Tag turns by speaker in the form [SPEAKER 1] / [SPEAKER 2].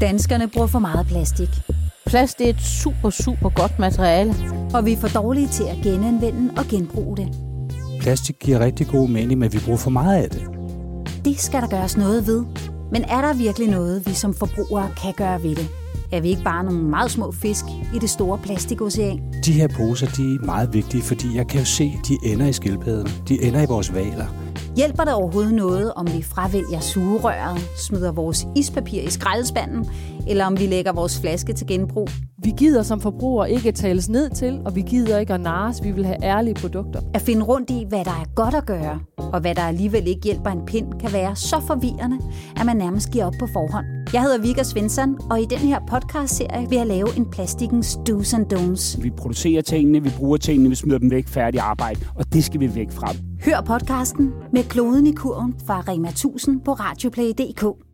[SPEAKER 1] Danskerne bruger for meget plastik,
[SPEAKER 2] Plast det er et super, super godt materiale.
[SPEAKER 1] og vi er for dårlige til at genanvende og genbruge det.
[SPEAKER 3] Plastik giver rigtig god mening, men vi bruger for meget af det.
[SPEAKER 1] Det skal der gøres noget ved. Men er der virkelig noget, vi som forbrugere kan gøre ved det? Er vi ikke bare nogle meget små fisk i det store plastikocean?
[SPEAKER 3] De her poser, de er meget vigtige, fordi jeg kan jo se, de ender i skildpadden. De ender i vores valer.
[SPEAKER 1] Hjælper det overhovedet noget, om vi fravælger sugerøret, smider vores ispapir i skraldespanden, eller om vi lægger vores flaske til genbrug?
[SPEAKER 4] Vi gider som forbrugere ikke at tales ned til, og vi gider ikke at nares. Vi vil have ærlige produkter.
[SPEAKER 1] At finde rundt i, hvad der er godt at gøre, og hvad der alligevel ikke hjælper en pind, kan være så forvirrende, at man nærmest giver op på forhånd. Jeg hedder Vika Svensson, og i den her podcastserie vil jeg lave en plastikkens do's and don'ts.
[SPEAKER 5] Vi producerer tingene, vi bruger tingene, vi smider dem væk, færdig arbejde, og det skal vi væk fra.
[SPEAKER 1] Hør podcasten med kloden i kurven fra Rema 1000 på radioplay.dk.